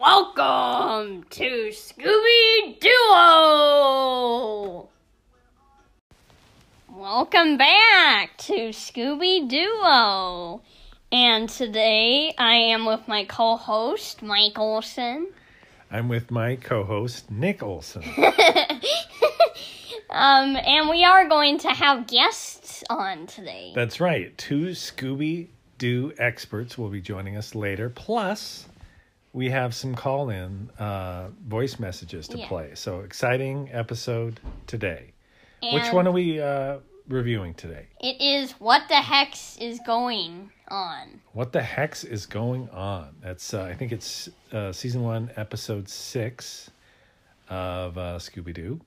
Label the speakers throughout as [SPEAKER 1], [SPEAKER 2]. [SPEAKER 1] Welcome to Scooby Duo! Welcome back to Scooby Duo! And today I am with my co host, Mike Olson.
[SPEAKER 2] I'm with my co-host Nick Olson.
[SPEAKER 1] Um, and we are going to have guests on today.
[SPEAKER 2] That's right. Two Scooby Doo experts will be joining us later. Plus, we have some call-in uh, voice messages to
[SPEAKER 1] Yeah.
[SPEAKER 2] play. So exciting episode today. Which
[SPEAKER 1] And
[SPEAKER 2] one are we uh, reviewing today?
[SPEAKER 1] It is What the Hex is Going On.
[SPEAKER 2] What the hex is going on? That's uh, I think it's uh, season one, episode six of uh, Scooby Doo.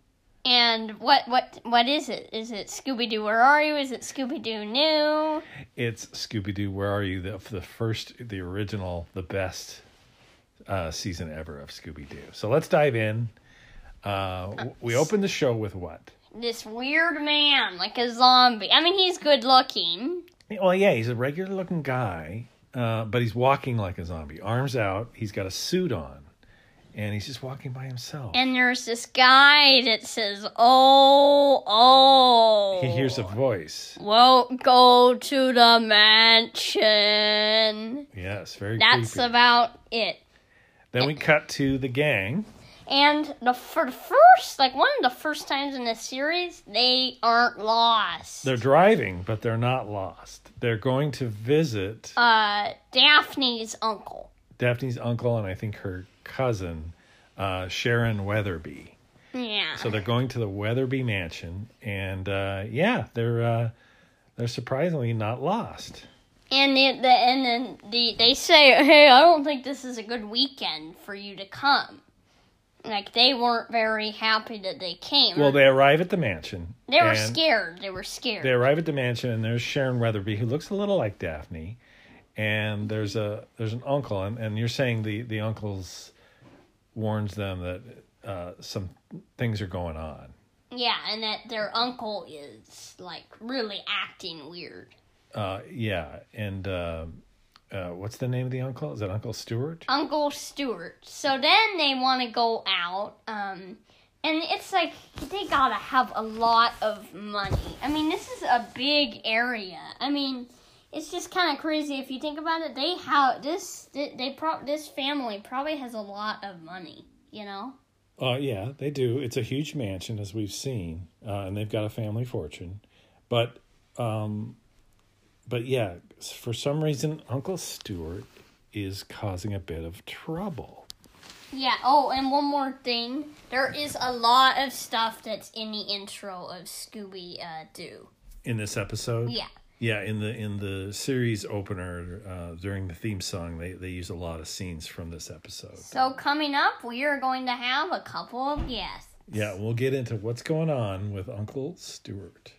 [SPEAKER 1] And what, what, what is it? Is it Scooby Doo Where Are You? Is it Scooby Doo New?
[SPEAKER 2] It's Scooby Doo. Where are you? The, the first, the original, the best uh, season ever of Scooby Doo. So let's dive in. Uh, w- we opened the show with what?
[SPEAKER 1] this weird man, like a zombie. I mean, he's good looking.
[SPEAKER 2] Well, yeah, he's a regular looking guy, uh, but he's walking like a zombie, arms out. He's got a suit on, and he's just walking by himself.
[SPEAKER 1] And there's this guy that says, Oh, oh.
[SPEAKER 2] He hears a voice.
[SPEAKER 1] Won't go to the mansion.
[SPEAKER 2] Yes, very
[SPEAKER 1] That's
[SPEAKER 2] creepy.
[SPEAKER 1] about it.
[SPEAKER 2] then we cut to the gang.
[SPEAKER 1] And the, for the first, like one of the first times in this series, they aren't lost.
[SPEAKER 2] They're driving, but they're not lost. They're going to visit
[SPEAKER 1] uh, Daphne's uncle.
[SPEAKER 2] Daphne's uncle and I think her cousin, uh, Sharon Weatherby.
[SPEAKER 1] Yeah.
[SPEAKER 2] So they're going to the Weatherby mansion, and uh, yeah, they're uh, they're surprisingly not lost.
[SPEAKER 1] And the, the and then the they say, "Hey, I don't think this is a good weekend for you to come." Like they weren't very happy that they came.
[SPEAKER 2] Well, they arrive at the mansion.
[SPEAKER 1] they were
[SPEAKER 2] and
[SPEAKER 1] scared. They were scared.
[SPEAKER 2] They arrive at the mansion, and there's Sharon Weatherby, who looks a little like Daphne, and there's a there's an uncle, and, and you're saying the the uncle's warns them that uh, some things are going on.
[SPEAKER 1] yeah, and that their uncle is like really acting weird.
[SPEAKER 2] Uh, yeah, and uh, uh, what's the name of the uncle? Is that Uncle Stewart?
[SPEAKER 1] Uncle Stewart. So then they want to go out. Um, and it's like they gotta have a lot of money. I mean, this is a big area. I mean, it's just kind of crazy if you think about it. They have this. They, they prob this family probably has a lot of money. You know.
[SPEAKER 2] Uh, yeah, they do. It's a huge mansion, as we've seen, uh, and they've got a family fortune. But, um, but yeah, s- for some reason, Uncle Stewart is causing a bit of trouble.
[SPEAKER 1] Yeah. Oh, and one more thing. There is a lot of stuff that's in the intro of Scooby uh, Doo.
[SPEAKER 2] In this episode,
[SPEAKER 1] Yeah.
[SPEAKER 2] yeah, in the in the series opener uh, during the theme song, they they use a lot of scenes from this episode.
[SPEAKER 1] So coming up, we are going to have a couple of guests.
[SPEAKER 2] Yeah, we'll get into what's going on with Uncle Stewart.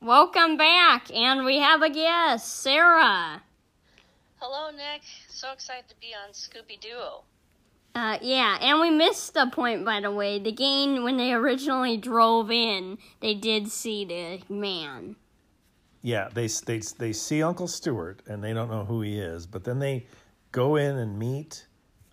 [SPEAKER 1] Welcome back, and we have a guest, Sarah.
[SPEAKER 3] Hello, Nick. So excited to be on Scooby Duo.
[SPEAKER 1] Uh, yeah, and we missed the point, by the way. The game, when they originally drove in, they did see the man.
[SPEAKER 2] Yeah, they they they see Uncle Stewart and they don't know who he is, but then they go in and meet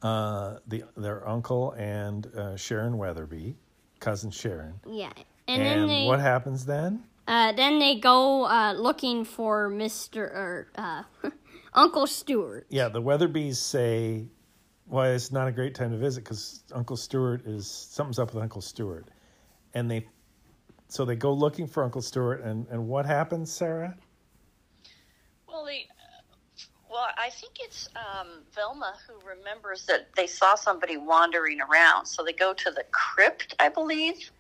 [SPEAKER 2] uh, the their uncle and uh, Sharon Weatherby, cousin Sharon.
[SPEAKER 1] Yeah, and,
[SPEAKER 2] And,
[SPEAKER 1] then they,
[SPEAKER 2] what happens then?
[SPEAKER 1] uh, then they go uh, looking for Mister or uh, Uncle Stewart.
[SPEAKER 2] Yeah, the Weatherbys say, "Well, it's not a great time to visit because Uncle Stewart is something's up with Uncle Stewart," and they so they go looking for Uncle Stewart, and and what happens, Sarah?
[SPEAKER 3] Well, the, well, I think it's um, Velma who remembers that they saw somebody wandering around. So they go to the crypt, I believe.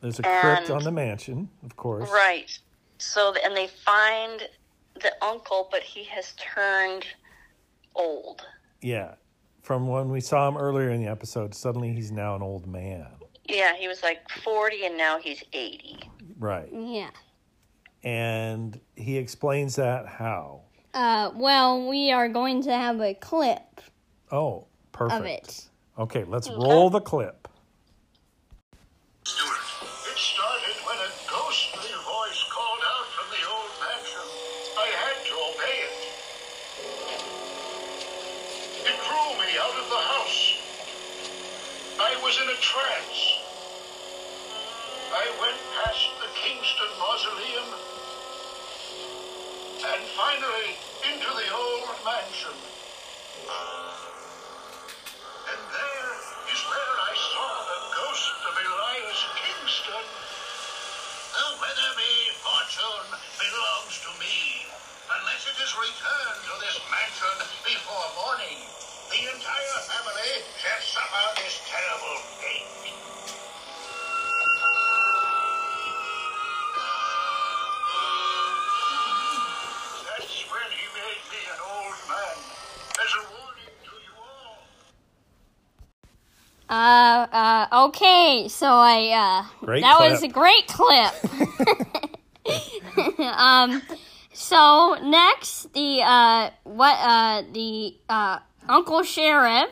[SPEAKER 2] There's a crypt
[SPEAKER 3] And-
[SPEAKER 2] on the mansion, of course.
[SPEAKER 3] Right. So and they find the uncle, but he has turned old.
[SPEAKER 2] Yeah. From when we saw him earlier in the episode, suddenly he's now an old man.
[SPEAKER 3] Yeah, he was like forty, and now he's eighty.
[SPEAKER 2] Right.
[SPEAKER 1] Yeah.
[SPEAKER 2] And he explains that how.
[SPEAKER 1] Uh, well, we are going to have a clip.
[SPEAKER 2] Oh, perfect.
[SPEAKER 1] it.
[SPEAKER 2] Okay, let's roll the clip.
[SPEAKER 4] Stewart. It started when a ghostly voice called out from the old mansion. I had to obey it. It drew me out of the house. was in a trance. I went past the Kingston Mausoleum and finally into the old mansion. And there is where I saw the ghost of Elias Kingston. The weathermaid fortune belongs to me. Unless it is returned to this mansion before morning, the entire family shall suffer this terrible fate. That's when he made me an old man, as a warning to you all.
[SPEAKER 1] Uh, uh, okay. So I, uh,
[SPEAKER 2] Great
[SPEAKER 1] that
[SPEAKER 2] clip.
[SPEAKER 1] was a great clip. um, so next the, uh, what, uh, the, uh, Uncle Sheriff.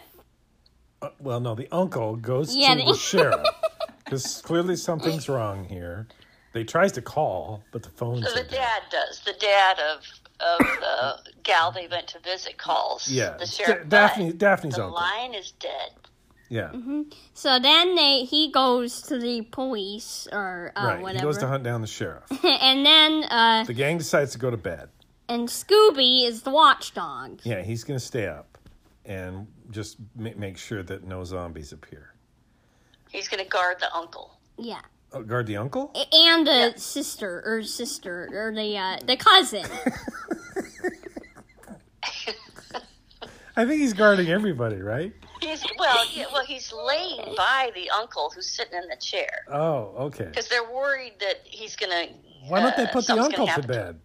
[SPEAKER 2] Uh, well, no, the uncle goes
[SPEAKER 1] Yeah,
[SPEAKER 2] to
[SPEAKER 1] the-
[SPEAKER 2] the sheriff because clearly something's wrong here. They tries to call, but the phone's
[SPEAKER 3] So the
[SPEAKER 2] are dead.
[SPEAKER 3] dad does. The dad of of the gal they went to visit calls.
[SPEAKER 2] Yeah,
[SPEAKER 3] The
[SPEAKER 2] Da-
[SPEAKER 3] sheriff.
[SPEAKER 2] Daphne,
[SPEAKER 3] but
[SPEAKER 2] Daphne's
[SPEAKER 3] The
[SPEAKER 2] uncle.
[SPEAKER 3] lion is dead.
[SPEAKER 2] Yeah,
[SPEAKER 1] Mm-hmm. So then they, he goes to the police or, uh,
[SPEAKER 2] right.
[SPEAKER 1] whatever.
[SPEAKER 2] He goes to hunt down the sheriff.
[SPEAKER 1] and then, uh,
[SPEAKER 2] The gang decides to go to bed.
[SPEAKER 1] and Scooby is the watchdog.
[SPEAKER 2] Yeah, he's going to stay up and just ma- make sure that no zombies appear.
[SPEAKER 3] He's going to guard the uncle.
[SPEAKER 1] Yeah.
[SPEAKER 2] Oh, guard the uncle?
[SPEAKER 1] A- And the sister or sister or the uh, the cousin.
[SPEAKER 2] I think he's guarding everybody, right?
[SPEAKER 3] He's well, yeah, well, he's laying by the uncle who's sitting in the chair
[SPEAKER 2] Oh, okay.
[SPEAKER 3] because they're worried that he's uh, going to.
[SPEAKER 2] Why don't they put the uncle to bed?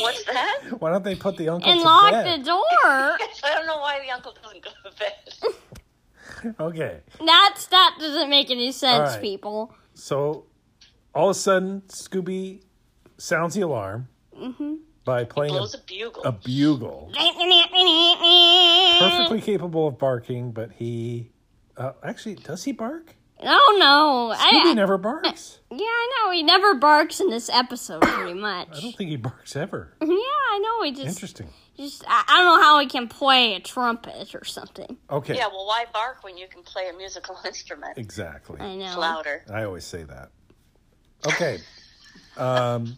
[SPEAKER 3] What's that?
[SPEAKER 2] Why don't they put the uncle
[SPEAKER 1] and
[SPEAKER 2] to
[SPEAKER 1] lock
[SPEAKER 2] bed?
[SPEAKER 1] the door.
[SPEAKER 3] I don't know why the uncle doesn't go to bed.
[SPEAKER 2] Okay.
[SPEAKER 1] That's that doesn't make any sense,
[SPEAKER 2] Alright.
[SPEAKER 1] people.
[SPEAKER 2] So all of a sudden, Scooby sounds the alarm by playing a,
[SPEAKER 3] Blows a bugle.
[SPEAKER 2] a bugle. Perfectly capable of barking, but he. Uh, actually, does he bark?
[SPEAKER 1] Oh no!
[SPEAKER 2] Scooby
[SPEAKER 1] I,
[SPEAKER 2] never barks.
[SPEAKER 1] yeah, I know. He never barks in this episode, pretty much.
[SPEAKER 2] I don't think he barks ever.
[SPEAKER 1] yeah, I know. He just,
[SPEAKER 2] Interesting.
[SPEAKER 1] just I, I don't know how he can play a trumpet or something.
[SPEAKER 2] Okay.
[SPEAKER 3] yeah, well, why bark when you can play a musical instrument?
[SPEAKER 2] Exactly.
[SPEAKER 1] I know.
[SPEAKER 3] It's louder.
[SPEAKER 2] I always say that. Okay. um,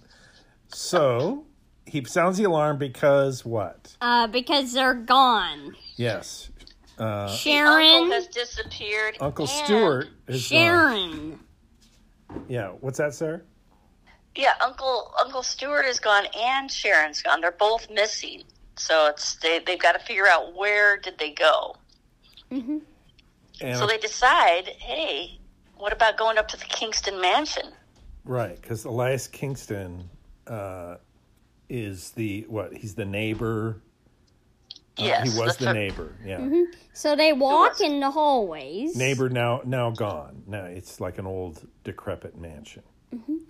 [SPEAKER 2] so he sounds the alarm because what?
[SPEAKER 1] Uh, because they're gone.
[SPEAKER 2] Yes. Uh,
[SPEAKER 1] Sharon,
[SPEAKER 3] Uncle has disappeared.
[SPEAKER 2] Uncle
[SPEAKER 3] and-
[SPEAKER 2] Stewart is gone.
[SPEAKER 1] Sharon.
[SPEAKER 2] uh, Yeah. What's that, sir?
[SPEAKER 3] Yeah, Uncle Uncle Stewart is gone and Sharon's gone. They're both missing. So it's they they've got to figure out where did they go.
[SPEAKER 2] And,
[SPEAKER 3] So they decide, hey, what about going up to the Kingston Mansion?
[SPEAKER 2] Uh, right, because Elias Kingston uh, is the what? He's the neighbor. Uh,
[SPEAKER 3] yes, Mm-hmm.
[SPEAKER 2] he was the,
[SPEAKER 3] fir-
[SPEAKER 2] neighbor. Yeah.
[SPEAKER 1] So they walk in the hallways.
[SPEAKER 2] Neighbor now now gone. Now it's like an old decrepit mansion.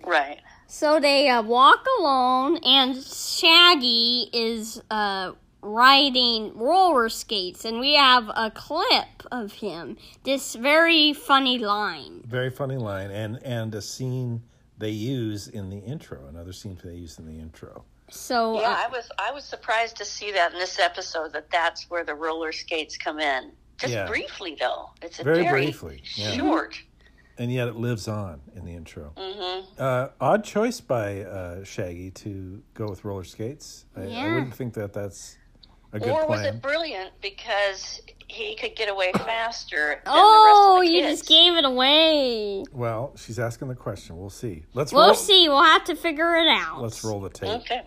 [SPEAKER 3] Right.
[SPEAKER 1] So they uh, walk alone, and Shaggy is uh, riding roller skates, and we have a clip of him. This very funny line.
[SPEAKER 2] Very funny line, and and a scene they use in the intro. Another scene they use in the intro.
[SPEAKER 1] So uh,
[SPEAKER 3] Yeah, I was I was surprised to see that in this episode that that's where the roller skates come in. Just
[SPEAKER 2] Yeah.
[SPEAKER 3] briefly though. It's a
[SPEAKER 2] Very
[SPEAKER 3] very,
[SPEAKER 2] briefly, yeah.
[SPEAKER 3] short.
[SPEAKER 2] and yet it lives on in the intro.
[SPEAKER 3] Mm-hmm.
[SPEAKER 2] Uh, odd choice by uh, Shaggy to go with roller skates. I, I
[SPEAKER 1] Yeah.
[SPEAKER 2] wouldn't think that that's a good
[SPEAKER 3] Or was
[SPEAKER 2] plan.
[SPEAKER 3] it brilliant because he could get away faster? Than
[SPEAKER 1] oh,
[SPEAKER 3] the rest of the
[SPEAKER 1] you
[SPEAKER 3] kids?
[SPEAKER 1] just gave it away.
[SPEAKER 2] Well, she's asking the question. We'll see. Let's
[SPEAKER 1] We'll
[SPEAKER 2] roll.
[SPEAKER 1] see. We'll have to figure it out.
[SPEAKER 2] Let's roll the tape.
[SPEAKER 3] Okay.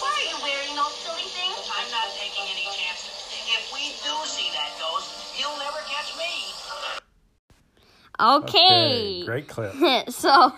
[SPEAKER 5] Why are you wearing those silly things? I'm not taking any chances. If we do see that ghost, you'll never catch me.
[SPEAKER 1] Okay.
[SPEAKER 2] Great clip.
[SPEAKER 1] so,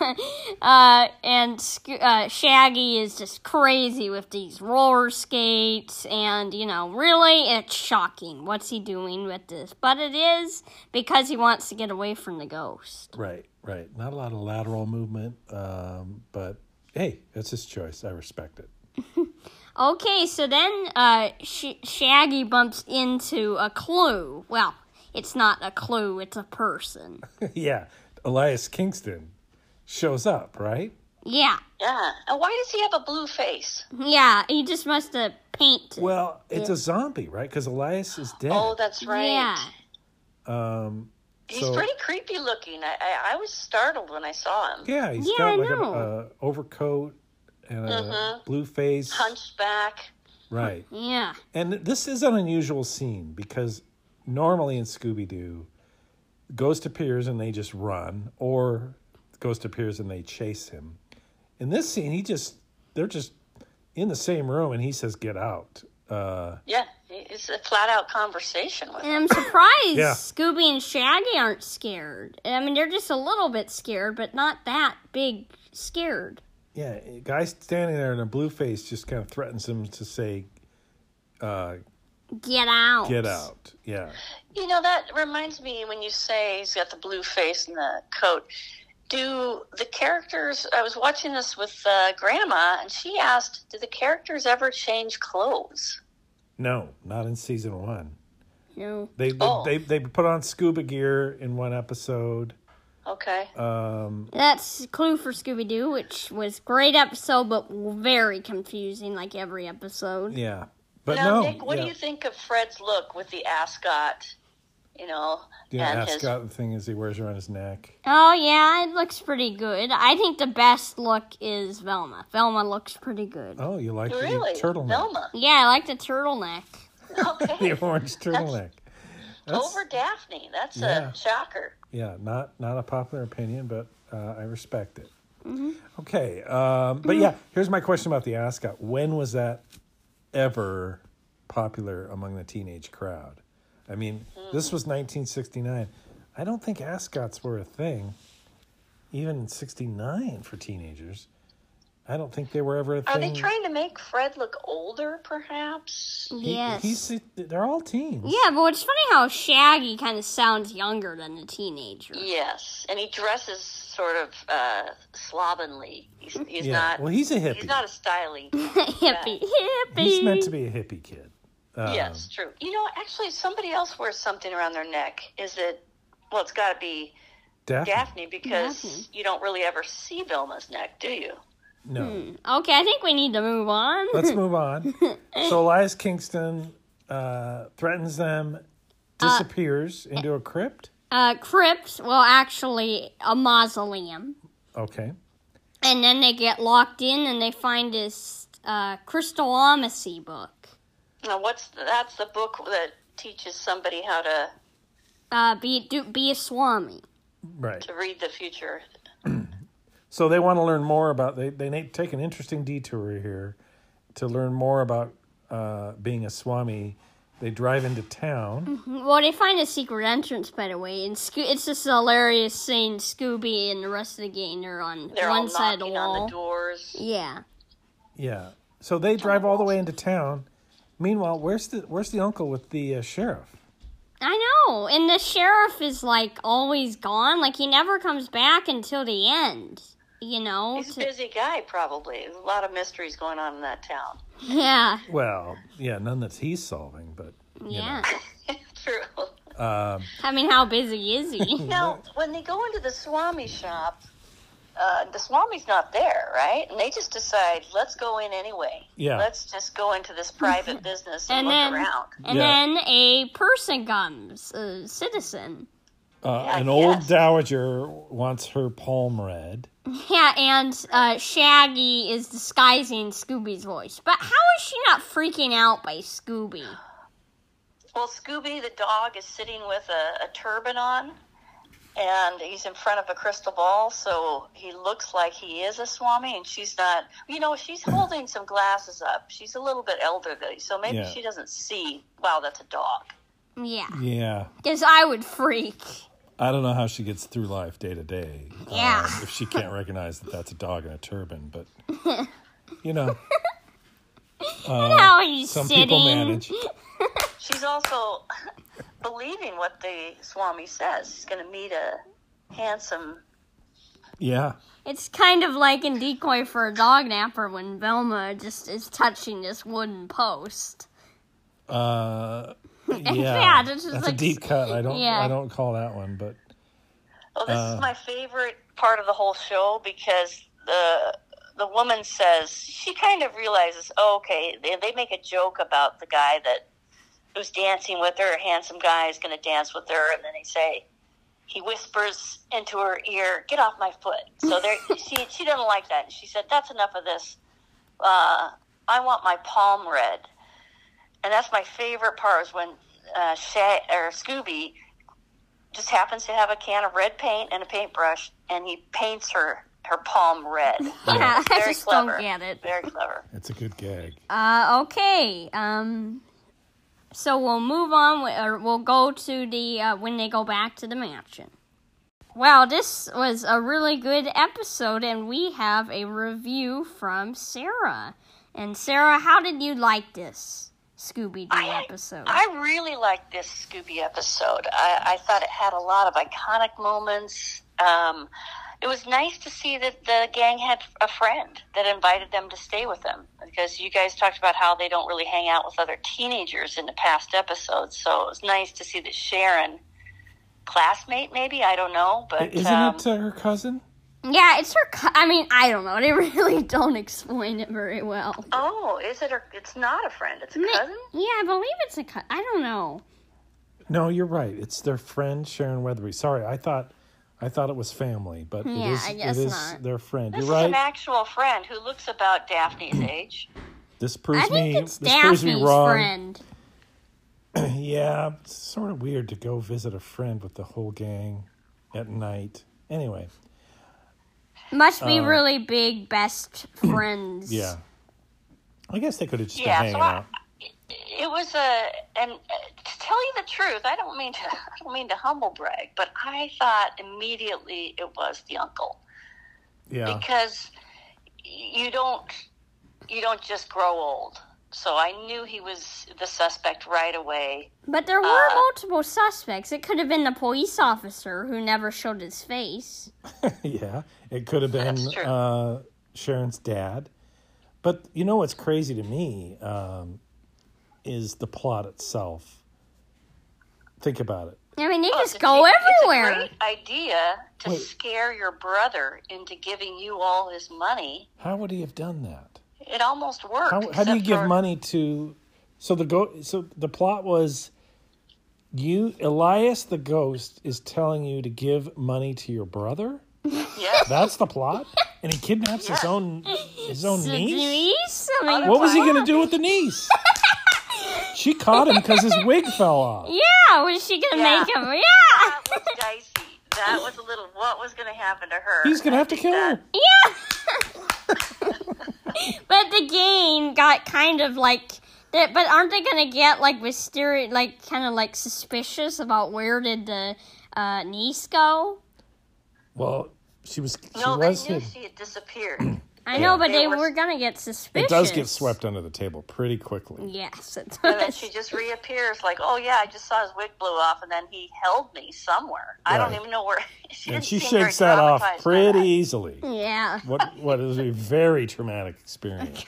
[SPEAKER 1] uh, and Sco- uh, Shaggy is just crazy with these roller skates, and you know, really, it's shocking what's he doing with this. But it is because he wants to get away from the ghost.
[SPEAKER 2] right, right. Not a lot of lateral movement, um, but hey, that's his choice. I respect it.
[SPEAKER 1] Okay, so then uh, Sh- Shaggy bumps into a clue. Well, it's not a clue; it's a person.
[SPEAKER 2] yeah, Elias Kingston shows up, right?
[SPEAKER 1] Yeah.
[SPEAKER 3] Yeah. And why does he have a blue face?
[SPEAKER 1] Yeah. He just must have painted.
[SPEAKER 2] Well, it's a zombie, right? Because Elias is dead.
[SPEAKER 3] Oh, that's right.
[SPEAKER 1] Yeah.
[SPEAKER 2] um,
[SPEAKER 3] He's
[SPEAKER 2] so-
[SPEAKER 3] pretty creepy looking. I, I I was startled when I saw him.
[SPEAKER 2] Yeah, he's
[SPEAKER 1] Yeah, I
[SPEAKER 2] got like a,
[SPEAKER 1] know. Mm-hmm.
[SPEAKER 2] a overcoat and a
[SPEAKER 3] Mhm.
[SPEAKER 2] blue face.
[SPEAKER 3] Hunched back.
[SPEAKER 2] Right.
[SPEAKER 1] Yeah.
[SPEAKER 2] And this is an unusual scene because normally in Scooby Doo, ghost appears and they just run, or ghost appears and they chase him. In this scene, he just they're just in the same room and he says, "Get out." Uh,
[SPEAKER 3] Yeah, it's a flat out conversation with
[SPEAKER 1] And
[SPEAKER 3] him.
[SPEAKER 1] I'm surprised
[SPEAKER 2] Yeah.
[SPEAKER 1] Scooby and Shaggy aren't scared. I mean, they're just a little bit scared, but not that big scared.
[SPEAKER 2] yeah, a guy standing there in a blue face just kind of threatens him to say, uh,
[SPEAKER 1] Get out.
[SPEAKER 2] "Get out." Yeah.
[SPEAKER 3] You know, that reminds me when you say he's got the blue face and the coat. Do the characters? I was watching this with uh, Grandma, and she asked, "Do the characters ever change clothes?"
[SPEAKER 2] No, not in season one.
[SPEAKER 1] No.
[SPEAKER 2] They
[SPEAKER 3] Oh.
[SPEAKER 2] they they put on scuba gear in one episode.
[SPEAKER 3] Okay.
[SPEAKER 2] Um,
[SPEAKER 1] That's Clue for Scooby Doo, which was great episode, but very confusing, like every episode.
[SPEAKER 2] yeah, but no.
[SPEAKER 3] now, Nick, what
[SPEAKER 2] yeah.
[SPEAKER 3] do you think of Fred's look with the ascot? You know,
[SPEAKER 2] Yeah,
[SPEAKER 3] and his
[SPEAKER 2] ascot the thing is he wears around his neck.
[SPEAKER 1] Oh, yeah, it looks pretty good. I think the best look is Velma. Velma looks pretty good.
[SPEAKER 2] Oh, you like
[SPEAKER 3] really
[SPEAKER 2] the turtleneck?
[SPEAKER 3] Velma.
[SPEAKER 1] Yeah, I like the turtleneck.
[SPEAKER 3] Okay,
[SPEAKER 2] The orange turtleneck. That's,
[SPEAKER 3] over Daphne. That's
[SPEAKER 2] Yeah.
[SPEAKER 3] a shocker.
[SPEAKER 2] yeah, not not a popular opinion, but uh, I respect it. Okay, um, but yeah, here's my question about the ascot. When was that ever popular among the teenage crowd? I mean, this was 1969. I don't think ascots were a thing, even in '69 for teenagers. I don't think they were ever a
[SPEAKER 3] Are
[SPEAKER 2] thing.
[SPEAKER 3] they trying to make Fred look older, perhaps?
[SPEAKER 2] He-
[SPEAKER 1] yes.
[SPEAKER 2] he's, they're all teens.
[SPEAKER 1] yeah, but it's funny how Shaggy kind of sounds younger than the teenager.
[SPEAKER 3] Yes, and he dresses sort of uh, slovenly. He's, he's
[SPEAKER 2] Yeah.
[SPEAKER 3] not.
[SPEAKER 2] well, Um, he's a hippie.
[SPEAKER 3] He's not a styling.
[SPEAKER 1] hippie, hippie.
[SPEAKER 2] He's meant to be a hippie kid. Um,
[SPEAKER 3] yes, true. You know, actually, somebody else wears something around their neck. Is it? Well, it's got to be
[SPEAKER 2] Daphne.
[SPEAKER 3] Daphne because
[SPEAKER 1] Daphne.
[SPEAKER 3] you don't really ever see Velma's neck, do you?
[SPEAKER 2] No.
[SPEAKER 3] Hmm.
[SPEAKER 1] Okay, I think we need to move on.
[SPEAKER 2] Let's move on. So Elias Kingston uh, threatens them, disappears into a crypt.
[SPEAKER 1] Uh, crypt, well, actually, a mausoleum.
[SPEAKER 2] Okay.
[SPEAKER 1] And then they get locked in and they find this uh, crystallomacy book.
[SPEAKER 3] Now, what's that's the book that teaches somebody how to
[SPEAKER 1] Uh, be, do, be a swami.
[SPEAKER 2] Right.
[SPEAKER 3] to read the future.
[SPEAKER 2] So they want to learn more about, they, they na- take an interesting detour here to learn more about uh, being a Swami. They drive into town.
[SPEAKER 1] Well, they find a secret entrance, by the way, and Sco- it's just hilarious seeing Scooby and the rest of the gang are on
[SPEAKER 3] They're
[SPEAKER 1] one
[SPEAKER 3] all
[SPEAKER 1] side of the
[SPEAKER 3] knocking
[SPEAKER 1] wall.
[SPEAKER 3] on the doors.
[SPEAKER 1] yeah.
[SPEAKER 2] Yeah. So they drive all the way into town. Meanwhile, where's the where's the uncle with the uh, sheriff?
[SPEAKER 1] I know. And the sheriff is like always gone. Like he never comes back until the end. You know?
[SPEAKER 3] He's a
[SPEAKER 1] to-
[SPEAKER 3] busy guy, probably. There's a lot of mysteries going on in that town.
[SPEAKER 1] yeah.
[SPEAKER 2] Well, yeah, none that he's solving, but you
[SPEAKER 1] Yeah.
[SPEAKER 3] True.
[SPEAKER 2] know. Um,
[SPEAKER 1] I mean, how busy is he?
[SPEAKER 3] Now, when they go into the Swami shop, uh, the Swami's not there, right? And they just decide, let's go in anyway.
[SPEAKER 2] Yeah.
[SPEAKER 3] Let's just go into this private business and,
[SPEAKER 1] And
[SPEAKER 3] look
[SPEAKER 1] then-
[SPEAKER 3] around.
[SPEAKER 1] and
[SPEAKER 2] Yeah.
[SPEAKER 1] then a person comes, a citizen.
[SPEAKER 2] Uh,
[SPEAKER 3] Yeah,
[SPEAKER 2] an old
[SPEAKER 3] yes.
[SPEAKER 2] dowager wants her palm read.
[SPEAKER 1] Yeah, and uh, Shaggy is disguising Scooby's voice. But how is she not freaking out by Scooby?
[SPEAKER 3] Well, Scooby the dog is sitting with a, a turban on, and he's in front of a crystal ball, so he looks like he is a Swami, and she's not. You know, she's holding some glasses up. She's a little bit elderly, so maybe
[SPEAKER 2] Yeah.
[SPEAKER 3] she doesn't see. Wow, that's a dog.
[SPEAKER 1] Yeah.
[SPEAKER 2] Yeah.
[SPEAKER 1] Because I would freak.
[SPEAKER 2] I don't know how she gets through life day to day. um,
[SPEAKER 1] Yeah.
[SPEAKER 2] if she can't recognize that that's a dog in a turban, but, you know,
[SPEAKER 1] How he's
[SPEAKER 2] Uh, some
[SPEAKER 1] sitting.
[SPEAKER 2] people manage.
[SPEAKER 3] She's also believing what the Swami says. She's going to meet a handsome.
[SPEAKER 2] Yeah.
[SPEAKER 1] It's kind of like in Decoy for a Dog Napper when Velma just is touching this wooden post.
[SPEAKER 2] Uh, yeah.
[SPEAKER 1] Yeah, that's
[SPEAKER 2] that's
[SPEAKER 1] just
[SPEAKER 2] a
[SPEAKER 1] like-
[SPEAKER 2] deep cut. I don't,
[SPEAKER 1] Yeah.
[SPEAKER 2] I don't call that one, but
[SPEAKER 3] Oh, this is my favorite part of the whole show because the the woman says she kind of realizes. Oh, okay, they, they make a joke about the guy that who's dancing with her. A handsome guy is going to dance with her, and then they say he whispers into her ear, "Get off my foot." So there, she she doesn't like that. She said, "That's enough of this. Uh, I want my palm read." And that's my favorite part is when uh, Sha- or Scooby just happens to have a can of red paint and a paintbrush, and he paints her her palm red.
[SPEAKER 1] Yeah, I
[SPEAKER 3] Very
[SPEAKER 1] just
[SPEAKER 3] clever.
[SPEAKER 1] don't get it.
[SPEAKER 3] Very clever.
[SPEAKER 2] It's a good gag.
[SPEAKER 1] Uh, okay. Um, so we'll move on, wi- or we'll go to the uh, when they go back to the mansion. Wow, this was a really good episode, and we have a review from Sarah. And Sarah, how did you like this Scooby Doo
[SPEAKER 3] I-
[SPEAKER 1] episode?
[SPEAKER 3] I really liked this Scooby episode. I, I thought it had a lot of iconic moments. Um, it was nice to see that the gang had a friend that invited them to stay with them because you guys talked about how they don't really hang out with other teenagers in the past episodes. So it was nice to see that Sharon, classmate maybe, I don't know, but
[SPEAKER 2] Isn't
[SPEAKER 3] um,
[SPEAKER 2] it uh, her cousin?
[SPEAKER 1] yeah, it's her. Co- I mean, I don't know. They really don't explain it very well.
[SPEAKER 3] oh, is it? A, it's not a friend. It's a
[SPEAKER 1] Ma-
[SPEAKER 3] cousin.
[SPEAKER 1] Yeah, I believe it's a. Co- I don't know.
[SPEAKER 2] No, you're right. It's their friend Sharon Weatherby. Sorry, I thought I thought it was family, but
[SPEAKER 1] Yeah,
[SPEAKER 2] it is
[SPEAKER 1] I guess
[SPEAKER 2] it is
[SPEAKER 1] not.
[SPEAKER 2] their friend.
[SPEAKER 3] This
[SPEAKER 2] you're
[SPEAKER 3] is an
[SPEAKER 2] right.
[SPEAKER 3] actual friend who looks about Daphne's age.
[SPEAKER 2] This
[SPEAKER 1] I
[SPEAKER 2] proves
[SPEAKER 1] think
[SPEAKER 2] me
[SPEAKER 1] it's
[SPEAKER 2] this proves
[SPEAKER 1] Daphne's
[SPEAKER 2] me wrong.
[SPEAKER 1] friend.
[SPEAKER 2] Yeah, it's sort of weird to go visit a friend with the whole gang at night. Anyway,
[SPEAKER 1] Must be really big best friends.
[SPEAKER 2] Uh, yeah. I guess they could have just
[SPEAKER 3] Yeah, so
[SPEAKER 2] been hanging
[SPEAKER 3] I-
[SPEAKER 2] out.
[SPEAKER 3] it was a and uh, to tell you the truth i don't mean to i don't mean to humble brag but i thought immediately it was the uncle
[SPEAKER 2] Yeah.
[SPEAKER 3] because you don't you don't just grow old so i knew he was the suspect right away
[SPEAKER 1] But there were
[SPEAKER 3] Uh,
[SPEAKER 1] multiple suspects. It could have been the police officer who never showed his face.
[SPEAKER 2] yeah. It could have been
[SPEAKER 3] That's true.
[SPEAKER 2] uh, Sharon's dad. But you know what's crazy to me um, is the plot itself. Think about it.
[SPEAKER 1] I mean, they
[SPEAKER 3] Oh,
[SPEAKER 1] just
[SPEAKER 3] it's a
[SPEAKER 1] go
[SPEAKER 3] great-
[SPEAKER 1] everywhere.
[SPEAKER 3] it's a great idea to
[SPEAKER 2] Wait.
[SPEAKER 3] scare your brother into giving you all his money
[SPEAKER 2] How would he have done that?
[SPEAKER 3] it almost worked
[SPEAKER 2] How, how do you
[SPEAKER 3] except
[SPEAKER 2] give
[SPEAKER 3] for-
[SPEAKER 2] money to? So the go. So the plot was, you Elias the ghost is telling you to give money to your brother.
[SPEAKER 3] yes
[SPEAKER 2] That's the plot, and he kidnaps his own his own
[SPEAKER 1] So
[SPEAKER 2] niece.
[SPEAKER 1] niece? I mean,
[SPEAKER 2] What was he gonna do with the niece? she caught him because his wig fell off.
[SPEAKER 1] yeah, was she gonna
[SPEAKER 3] Yeah. Uh,
[SPEAKER 1] make him? Yeah,
[SPEAKER 3] that was dicey that was a little what was going to happen to her
[SPEAKER 2] He's gonna
[SPEAKER 3] I
[SPEAKER 2] have to
[SPEAKER 3] think
[SPEAKER 2] kill
[SPEAKER 3] that-
[SPEAKER 2] her.
[SPEAKER 1] but the game got kind of like. that- But aren't they gonna get like mysterious, like kind of like suspicious about where did the uh, niece go?
[SPEAKER 2] Well, she was. She
[SPEAKER 3] No, they
[SPEAKER 2] was
[SPEAKER 3] knew
[SPEAKER 2] hidden.
[SPEAKER 3] she had disappeared.
[SPEAKER 1] I know, but
[SPEAKER 3] They
[SPEAKER 1] they,
[SPEAKER 3] were-
[SPEAKER 1] were gonna get suspicious.
[SPEAKER 2] It does get swept under the table pretty quickly.
[SPEAKER 1] Yes, it
[SPEAKER 3] and then
[SPEAKER 1] does.
[SPEAKER 3] she just reappears, like, oh yeah, I just saw his wig blew off, and then he held me somewhere. I don't
[SPEAKER 2] Right.
[SPEAKER 3] even know where. She
[SPEAKER 2] And
[SPEAKER 3] didn't
[SPEAKER 2] she
[SPEAKER 3] seem very
[SPEAKER 2] shakes that off
[SPEAKER 3] traumatized by
[SPEAKER 2] pretty
[SPEAKER 3] that.
[SPEAKER 2] easily.
[SPEAKER 1] Yeah.
[SPEAKER 2] What what is a very traumatic experience.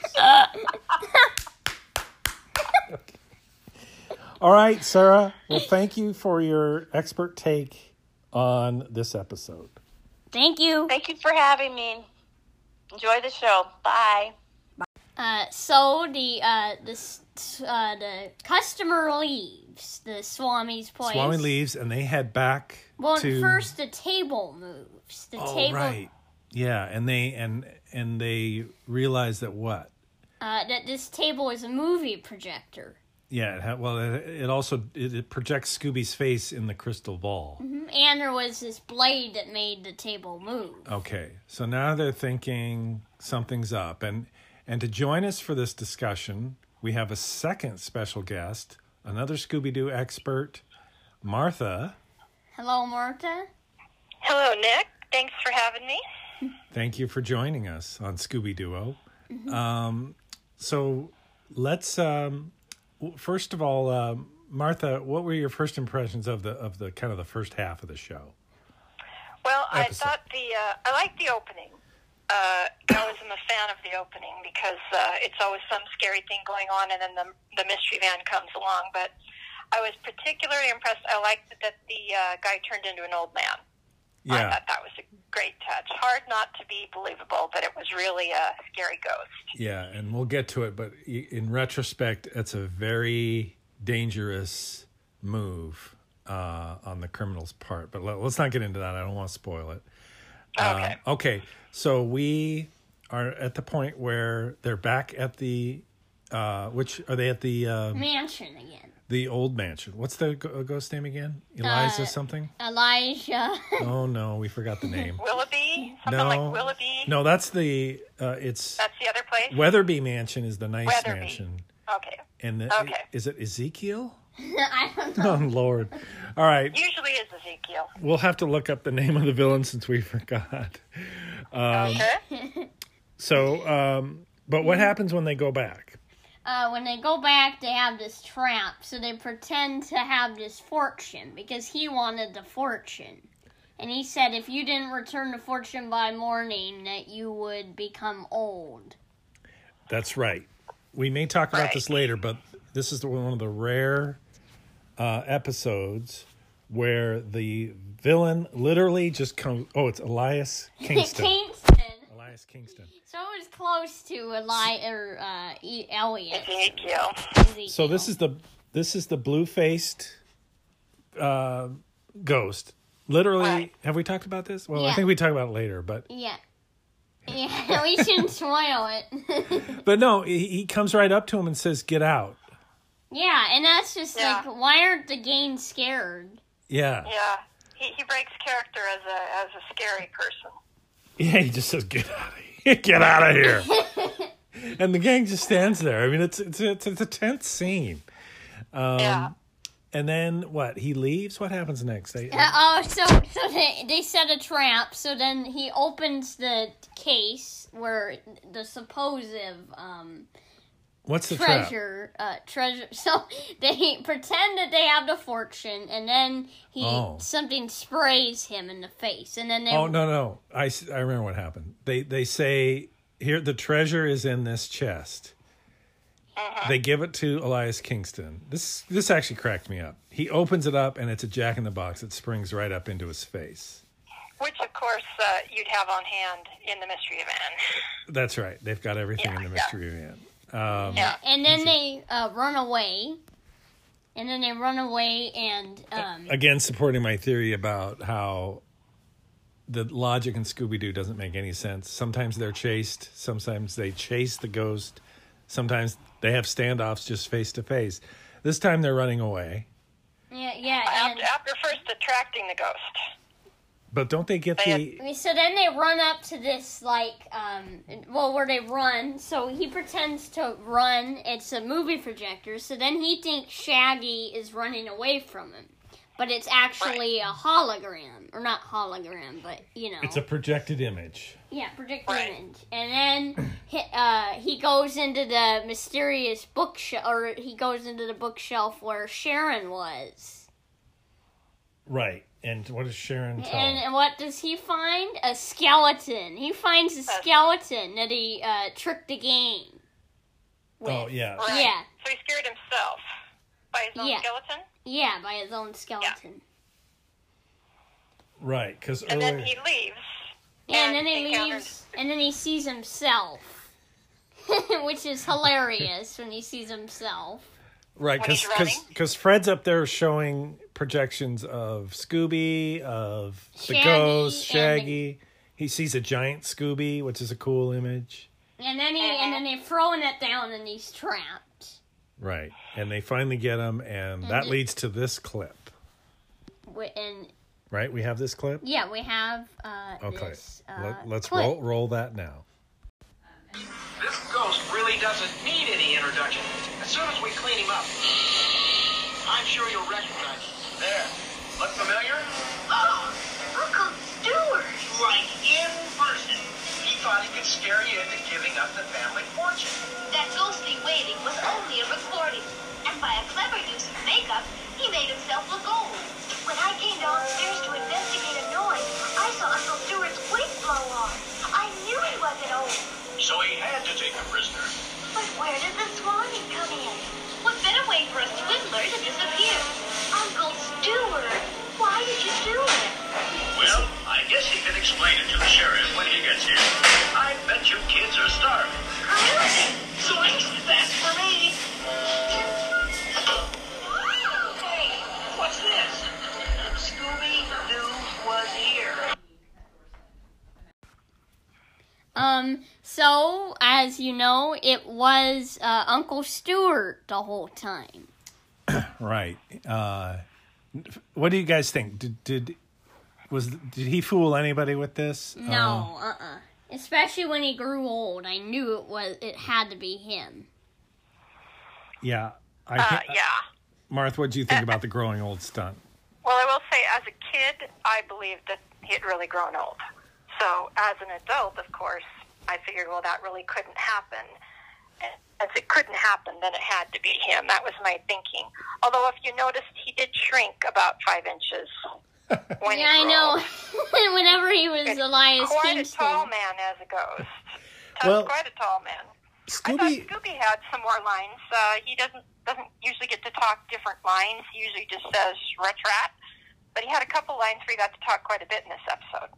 [SPEAKER 2] All right, Sarah. Well, thank you for your expert take on this episode.
[SPEAKER 1] Thank you.
[SPEAKER 3] Thank you for having me. Enjoy the show. Bye.
[SPEAKER 1] Uh, so the uh, the s- s- uh, the customer leaves the Swami's place.
[SPEAKER 2] Swami leaves, and they head back
[SPEAKER 1] Well,
[SPEAKER 2] to
[SPEAKER 1] first the table moves. The
[SPEAKER 2] Oh,
[SPEAKER 1] table.
[SPEAKER 2] right. Yeah, and they and and they realize that what?
[SPEAKER 1] Uh, that this table is a movie projector.
[SPEAKER 2] Yeah. It ha- well, it, it also it, it projects Scooby's face in the crystal ball.
[SPEAKER 1] And there was this blade that made the table move.
[SPEAKER 2] Okay, so now they're thinking something's up, and and to join us for this discussion, we have a second special guest, another Scooby Doo expert, Martha.
[SPEAKER 1] Hello, Marta.
[SPEAKER 3] Hello, Nick. Thanks for having me.
[SPEAKER 2] Thank you for joining us on Scooby Duo. Um,
[SPEAKER 6] Mm-hmm.
[SPEAKER 2] so let's um, w- first of all, um, Martha, what were your first impressions of the of the kind of the first half of the show?
[SPEAKER 6] Well,
[SPEAKER 2] episode.
[SPEAKER 6] I thought the uh, I liked the opening. Uh, I was am a fan of the opening because uh, it's always some scary thing going on, and then the the mystery van comes along. But I was particularly impressed. I liked that the uh, guy turned into an old man. I
[SPEAKER 2] Yeah.
[SPEAKER 6] thought that was a great touch. Hard not to be believable, but it was really a scary ghost.
[SPEAKER 2] Yeah, and we'll get to it, but i- in retrospect, that's a very dangerous move uh, on the criminal's part. But let, let's not get into that. I don't want to spoil it.
[SPEAKER 6] Okay.
[SPEAKER 2] Uh, okay, so we are at the point where they're back at the. Uh, which are they at the uh,
[SPEAKER 1] Mansion again.
[SPEAKER 2] the old mansion? What's the go- ghost name again? Eliza something?
[SPEAKER 1] Elijah.
[SPEAKER 2] Oh no, we forgot the name.
[SPEAKER 6] Willoughby? Something
[SPEAKER 2] no,
[SPEAKER 6] like Willoughby?
[SPEAKER 2] no, that's the uh, it's
[SPEAKER 6] That's the other place?
[SPEAKER 2] Weatherby Mansion is the nice
[SPEAKER 6] Weatherby.
[SPEAKER 2] mansion.
[SPEAKER 6] Okay.
[SPEAKER 2] And the,
[SPEAKER 6] Okay.
[SPEAKER 2] is it Ezekiel?
[SPEAKER 1] I don't know.
[SPEAKER 2] Oh Lord! All right,
[SPEAKER 6] Usually is Ezekiel.
[SPEAKER 2] we'll have to look up the name of the villain since we forgot. Mm.
[SPEAKER 6] Okay?
[SPEAKER 2] So, um, but
[SPEAKER 6] Mm-hmm.
[SPEAKER 2] what happens when they go back?
[SPEAKER 1] Uh, when they go back, they have this trap, so they pretend to have this fortune because he wanted the fortune. And he said if you didn't return the fortune by morning, that you would become old.
[SPEAKER 2] That's right. We may talk about
[SPEAKER 6] Right.
[SPEAKER 2] this later, but this is the, one of the rare uh, episodes where the villain literally just comes. Oh, it's Elias Kingston.
[SPEAKER 1] Kingston.
[SPEAKER 2] Elias Kingston.
[SPEAKER 1] So it was close to Eli or uh, E- Elliot.
[SPEAKER 6] Ezekiel.
[SPEAKER 2] So this is the this is the blue faced uh, ghost. Literally,
[SPEAKER 6] Right.
[SPEAKER 2] have we taled about this? Well, I
[SPEAKER 1] Yeah.
[SPEAKER 2] think we talked about it later, but
[SPEAKER 1] yeah. Yeah, we shouldn't spoil it.
[SPEAKER 2] But no, he, he comes right up to him and says, "Get out."
[SPEAKER 1] yeah, and that's just
[SPEAKER 6] Yeah.
[SPEAKER 1] like, why aren't the games scared?
[SPEAKER 2] Yeah.
[SPEAKER 6] Yeah. He, he breaks character as a as a scary person.
[SPEAKER 2] Yeah, he just says, "Get out of here. Get out of here." and the gang just stands there. I mean, it's it's it's, it's a tense scene. Um,
[SPEAKER 6] yeah.
[SPEAKER 2] And then what? He leaves. What happens next? They,
[SPEAKER 1] Uh, oh, so so they they set a trap. So then he opens the case where the supposed um
[SPEAKER 2] what's the trap?
[SPEAKER 1] treasure uh treasure. So they pretend that they have the fortune, and then he
[SPEAKER 2] Oh.
[SPEAKER 1] something sprays him in the face, and then they
[SPEAKER 2] Oh no, no. I s- I remember what happened. They they say here the treasure is in this chest.
[SPEAKER 6] Uh-uh.
[SPEAKER 2] They give it to Elias Kingston. This this actually cracked me up. He opens it up and it's a jack in the box that springs right up into his face.
[SPEAKER 6] Which, of course, uh, you'd have on hand in the Mystery Van.
[SPEAKER 2] That's right. They've got everything in the
[SPEAKER 6] Yeah,
[SPEAKER 2] mystery van.
[SPEAKER 6] Yeah.
[SPEAKER 1] and then they uh, run away, and then they run away, and um
[SPEAKER 2] Again, supporting my theory about how the logic in Scooby Doo doesn't make any sense. Sometimes they're chased, sometimes they chase the ghost, sometimes they have standoffs just face to face. This time they're running away.
[SPEAKER 1] yeah yeah and.
[SPEAKER 6] After, after first attracting the ghost.
[SPEAKER 2] But don't they get the.
[SPEAKER 1] I mean, So then they run up to this like um well where they run. So he pretends to run. It's a movie projector. So then he thinks Shaggy is running away from him, but it's actually a hologram or not hologram, but you know
[SPEAKER 2] It's a projected image.
[SPEAKER 1] yeah projector
[SPEAKER 6] Right.
[SPEAKER 1] image. And then he, uh, he goes into the mysterious bookshelf or he goes into the bookshelf where Sharon was.
[SPEAKER 2] Right. And what does Sharon tell?
[SPEAKER 1] And,
[SPEAKER 2] him?
[SPEAKER 1] and what does he find? A skeleton. He finds a skeleton that he uh, tricked the game. with.
[SPEAKER 2] oh, yeah.
[SPEAKER 6] Right.
[SPEAKER 1] Yeah.
[SPEAKER 6] So he scared himself by his own
[SPEAKER 1] Yeah.
[SPEAKER 6] skeleton.
[SPEAKER 1] Yeah, by his own skeleton.
[SPEAKER 2] Right. Because
[SPEAKER 6] And
[SPEAKER 2] earlier.
[SPEAKER 6] then he leaves.
[SPEAKER 1] Yeah, and then he
[SPEAKER 6] encounters-
[SPEAKER 1] leaves, and then he sees himself, which is hilarious when he sees himself.
[SPEAKER 2] Right,
[SPEAKER 6] when he's running.
[SPEAKER 2] because Fred's up there showing projections of Scooby, of the
[SPEAKER 1] Shaggy
[SPEAKER 2] ghost,
[SPEAKER 1] and the-
[SPEAKER 2] Shaggy. He sees a giant Scooby, which is a cool image.
[SPEAKER 1] And then he and then they throwing it down, and he's trapped.
[SPEAKER 2] Right, and they finally get him, and that
[SPEAKER 6] Mm-hmm.
[SPEAKER 2] leads to this clip.
[SPEAKER 1] Wi- And
[SPEAKER 2] Right, we have this clip.
[SPEAKER 1] yeah, we have uh,
[SPEAKER 2] Okay,
[SPEAKER 1] this. Uh,
[SPEAKER 2] Let, let's
[SPEAKER 1] clip.
[SPEAKER 2] roll roll that now.
[SPEAKER 5] This ghost really doesn't need any introduction. As soon as we clean him up, I'm sure you'll recognize him. There. Look familiar? Oh, Uncle Stewart. Right, in person. He thought he could scare you into giving up the family fortune.
[SPEAKER 7] That ghostly waiting was only a recording, and by a clever use of makeup, he made himself look old. When I came downstairs to investigate a noise, I saw Uncle Stewart's wig blow on. I knew he wasn't old.
[SPEAKER 4] So he had to take a prisoner.
[SPEAKER 7] But where did the swanee come in? What better way for a swindler to disappear? Uncle Stewart, why did you do it?
[SPEAKER 4] Well, I
[SPEAKER 1] Um, so, as you know, it was uh, Uncle Stewart the whole time.
[SPEAKER 2] Right. Uh, what do you guys think? Did did was did he fool anybody with this?
[SPEAKER 1] No,
[SPEAKER 2] Oh.
[SPEAKER 1] uh uh Especially when he grew old, I knew it was it had to be him.
[SPEAKER 2] Yeah. I
[SPEAKER 6] Uh,
[SPEAKER 2] thi-
[SPEAKER 6] yeah.
[SPEAKER 2] Marth, what do you think about the growing old stunt?
[SPEAKER 6] Well, I will say, as a kid, I believed that he had really grown old. So, as an adult, of course, I figured, well, that really couldn't happen. And As it couldn't happen, then it had to be him. That was my thinking. Although, if you noticed, he did shrink about five inches. When
[SPEAKER 1] Yeah,
[SPEAKER 6] he
[SPEAKER 1] I
[SPEAKER 6] grew old.
[SPEAKER 1] know. Whenever he was
[SPEAKER 6] It's
[SPEAKER 1] Elias
[SPEAKER 6] quite
[SPEAKER 1] Kingston.
[SPEAKER 6] a tall man as a ghost. That's
[SPEAKER 2] Well,
[SPEAKER 6] quite a tall man. I
[SPEAKER 2] Scooby.
[SPEAKER 6] thought Scooby had some more lines. Uh, he doesn't doesn't usually get to talk different lines. He usually just says retrat. But he had a couple lines where he got to talk quite a bit in this episode.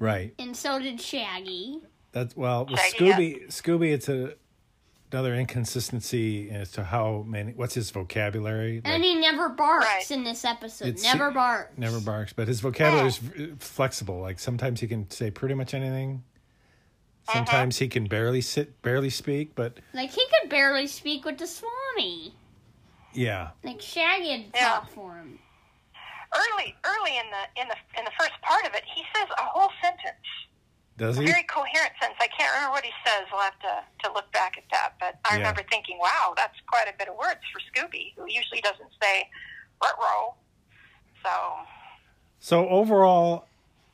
[SPEAKER 2] Right.
[SPEAKER 1] And so did Shaggy.
[SPEAKER 2] That's well with
[SPEAKER 6] Shaggy, yeah.
[SPEAKER 2] Scooby. Scooby, it's a another inconsistency as to how many. What's his vocabulary?
[SPEAKER 1] And
[SPEAKER 2] Like,
[SPEAKER 1] he never barks
[SPEAKER 6] Right.
[SPEAKER 1] in this episode.
[SPEAKER 2] It's-
[SPEAKER 1] never barks.
[SPEAKER 2] never barks, but his vocabulary is v- flexible. Like sometimes he can say pretty much anything.
[SPEAKER 6] Uh-huh.
[SPEAKER 2] Sometimes he can barely sit, barely speak. But
[SPEAKER 1] Like he could barely speak with the Swami.
[SPEAKER 2] yeah,
[SPEAKER 1] Like Shaggy had
[SPEAKER 6] Yeah.
[SPEAKER 1] talked for him.
[SPEAKER 6] Early early in the in the in the first part of it, he says a whole sentence.
[SPEAKER 2] does
[SPEAKER 6] A
[SPEAKER 2] he?
[SPEAKER 6] very coherent sentence. I can't remember what he says. We'll have to, to look back at that. But I
[SPEAKER 2] Yeah.
[SPEAKER 6] remember thinking, wow, that's quite a bit of words for Scooby, who usually doesn't say row. So
[SPEAKER 2] So overall,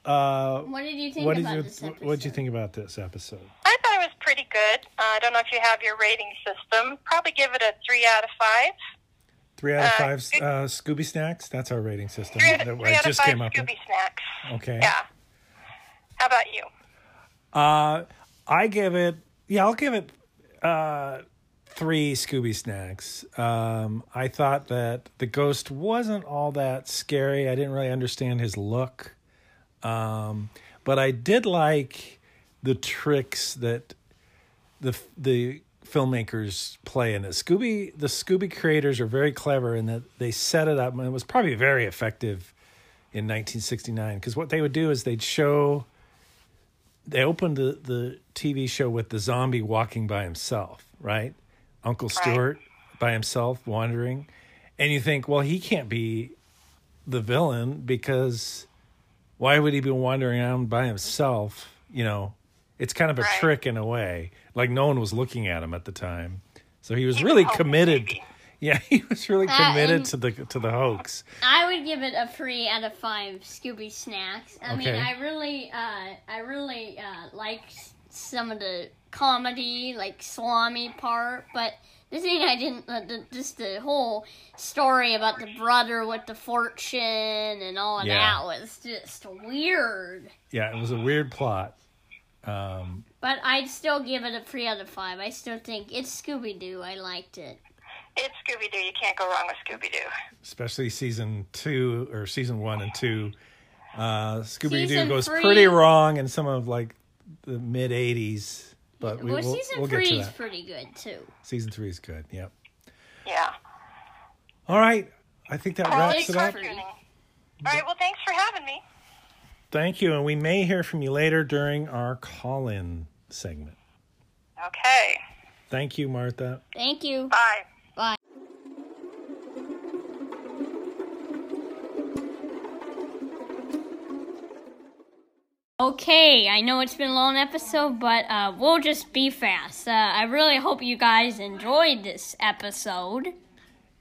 [SPEAKER 2] uh,
[SPEAKER 1] What did you think
[SPEAKER 2] what did
[SPEAKER 1] about
[SPEAKER 2] you
[SPEAKER 1] this
[SPEAKER 2] what
[SPEAKER 1] episode?
[SPEAKER 2] did you think about this episode?
[SPEAKER 6] I thought it was pretty good. Uh, I don't know if you have your rating system. Probably give it a three out of five.
[SPEAKER 2] Three out of
[SPEAKER 6] Uh,
[SPEAKER 2] five uh, Scooby snacks. That's our rating system
[SPEAKER 6] Three,
[SPEAKER 2] that
[SPEAKER 6] three
[SPEAKER 2] I
[SPEAKER 6] out of
[SPEAKER 2] just
[SPEAKER 6] five
[SPEAKER 2] came up with.
[SPEAKER 6] Scooby snacks.
[SPEAKER 2] Okay.
[SPEAKER 6] Yeah. How about you?
[SPEAKER 2] Uh, I give it. Yeah, I'll give it uh, three Scooby snacks. Um, I thought that the ghost wasn't all that scary. I didn't really understand his look, um, but I did like the tricks that the the filmmakers play in it. Scooby the Scooby creators are very clever in that they set it up and it was probably very effective in 1969 because what they would do is they'd show they opened the, the TV show with the zombie walking by himself, right? Uncle Stewart by himself wandering. And you think, well, he can't be the villain because why would he be wandering around by himself? You know, it's kind of a
[SPEAKER 6] Right.
[SPEAKER 2] trick in a way. Like no one was looking at him at the time. So he was
[SPEAKER 6] He was
[SPEAKER 2] really
[SPEAKER 6] hoping,
[SPEAKER 2] committed.
[SPEAKER 6] maybe.
[SPEAKER 2] Yeah, he was really
[SPEAKER 1] Uh,
[SPEAKER 2] committed
[SPEAKER 1] and-
[SPEAKER 2] to the to the hoax.
[SPEAKER 1] I would give it a three out of five Scooby snacks. I mean,
[SPEAKER 2] Okay.
[SPEAKER 1] I really, uh, I really uh, like some of the comedy, like Swami part, but the thing I didn't, uh, the, just the whole story about the brother with the fortune and all of
[SPEAKER 2] Yeah.
[SPEAKER 1] that was just weird.
[SPEAKER 2] Yeah, it was a weird plot.
[SPEAKER 1] But I'd still give it a three out of five. I still think it's Scooby Doo. I liked it.
[SPEAKER 6] It's Scooby Doo. You can't go wrong with Scooby Doo.
[SPEAKER 2] especially season two or season one and two. Uh, Scooby Doo
[SPEAKER 1] Season
[SPEAKER 2] goes
[SPEAKER 1] three-
[SPEAKER 2] pretty wrong in some of like the mid '80s, but we,
[SPEAKER 1] well,
[SPEAKER 2] will
[SPEAKER 1] season
[SPEAKER 2] we'll get
[SPEAKER 1] three
[SPEAKER 2] to
[SPEAKER 1] is
[SPEAKER 2] that.
[SPEAKER 1] pretty good too.
[SPEAKER 2] Season three is good. Yep.
[SPEAKER 6] Yeah.
[SPEAKER 2] All right, I think that wraps
[SPEAKER 1] it's
[SPEAKER 2] it up.
[SPEAKER 1] perfect.
[SPEAKER 6] Cartooning. All right. Well, thanks for having me.
[SPEAKER 2] Thank you, and we may hear from you later during our call-in segment.
[SPEAKER 6] Okay.
[SPEAKER 2] Thank you, Martha.
[SPEAKER 1] Thank you.
[SPEAKER 6] Bye.
[SPEAKER 1] Bye. Okay, I know it's been a long episode, but uh, we'll just be fast. Uh, I really hope you guys enjoyed this episode.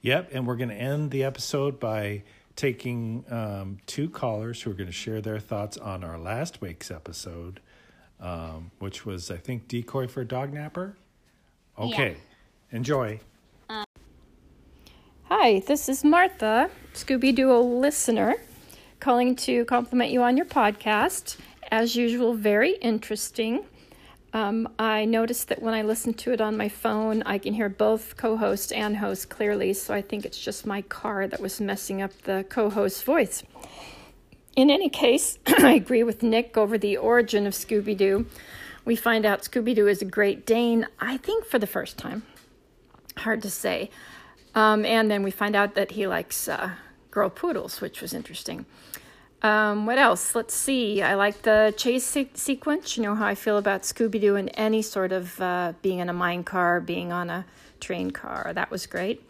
[SPEAKER 2] Yep, and we're going to end the episode by taking um, two callers who are going to share their thoughts on our last week's episode, um, which was, I think, Decoy for a Dog Napper. Okay, enjoy.
[SPEAKER 8] Hi, this is Martha, Scooby Doo listener, calling to compliment you on your podcast. As usual, very interesting. Um, I noticed that when I listen to it on my phone, I can hear both co host and host clearly, so I think it's just my car that was messing up the co host voice. In any case, I agree with Nick over the origin of Scooby Doo. We find out Scooby Doo is a Great Dane, I think, for the first time. Hard to say. Um, and then we find out that he likes uh, girl poodles, which was interesting. Um, what else? Let's see. I like the chase se- sequence. You know how I feel about Scooby Doo and any sort of uh, being in a mine car, being on a train car. That was great.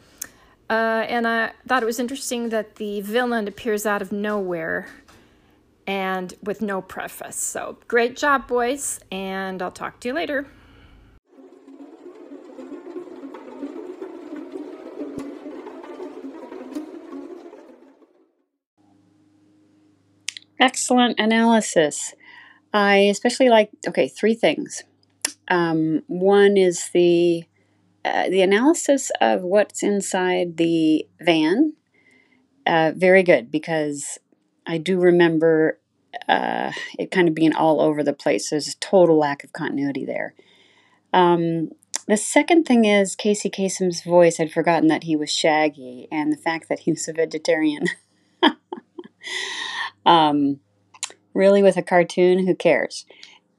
[SPEAKER 8] Uh, and I thought it was interesting that the villain appears out of nowhere and with no preface. So great job, boys, and I'll talk to you later.
[SPEAKER 6] Excellent analysis. I especially like okay, three things. Um, one is the uh, the analysis of what's inside the van. Uh, very good because I do remember uh, it kind of being all over the place. There's a total lack of continuity there. Um, the second thing is Casey Kasem's voice. I'd forgotten that he was Shaggy and the fact that he was a vegetarian. um, really, with a cartoon, who cares?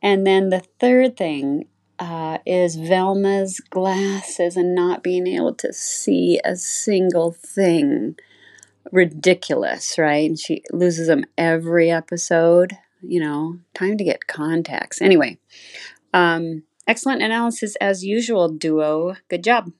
[SPEAKER 6] And then the third thing uh, is Velma's glasses and not being able to see a single thing. Ridiculous, right? And she loses them every episode. You know, time to get contacts. Anyway, um, excellent analysis as usual, duo. Good job.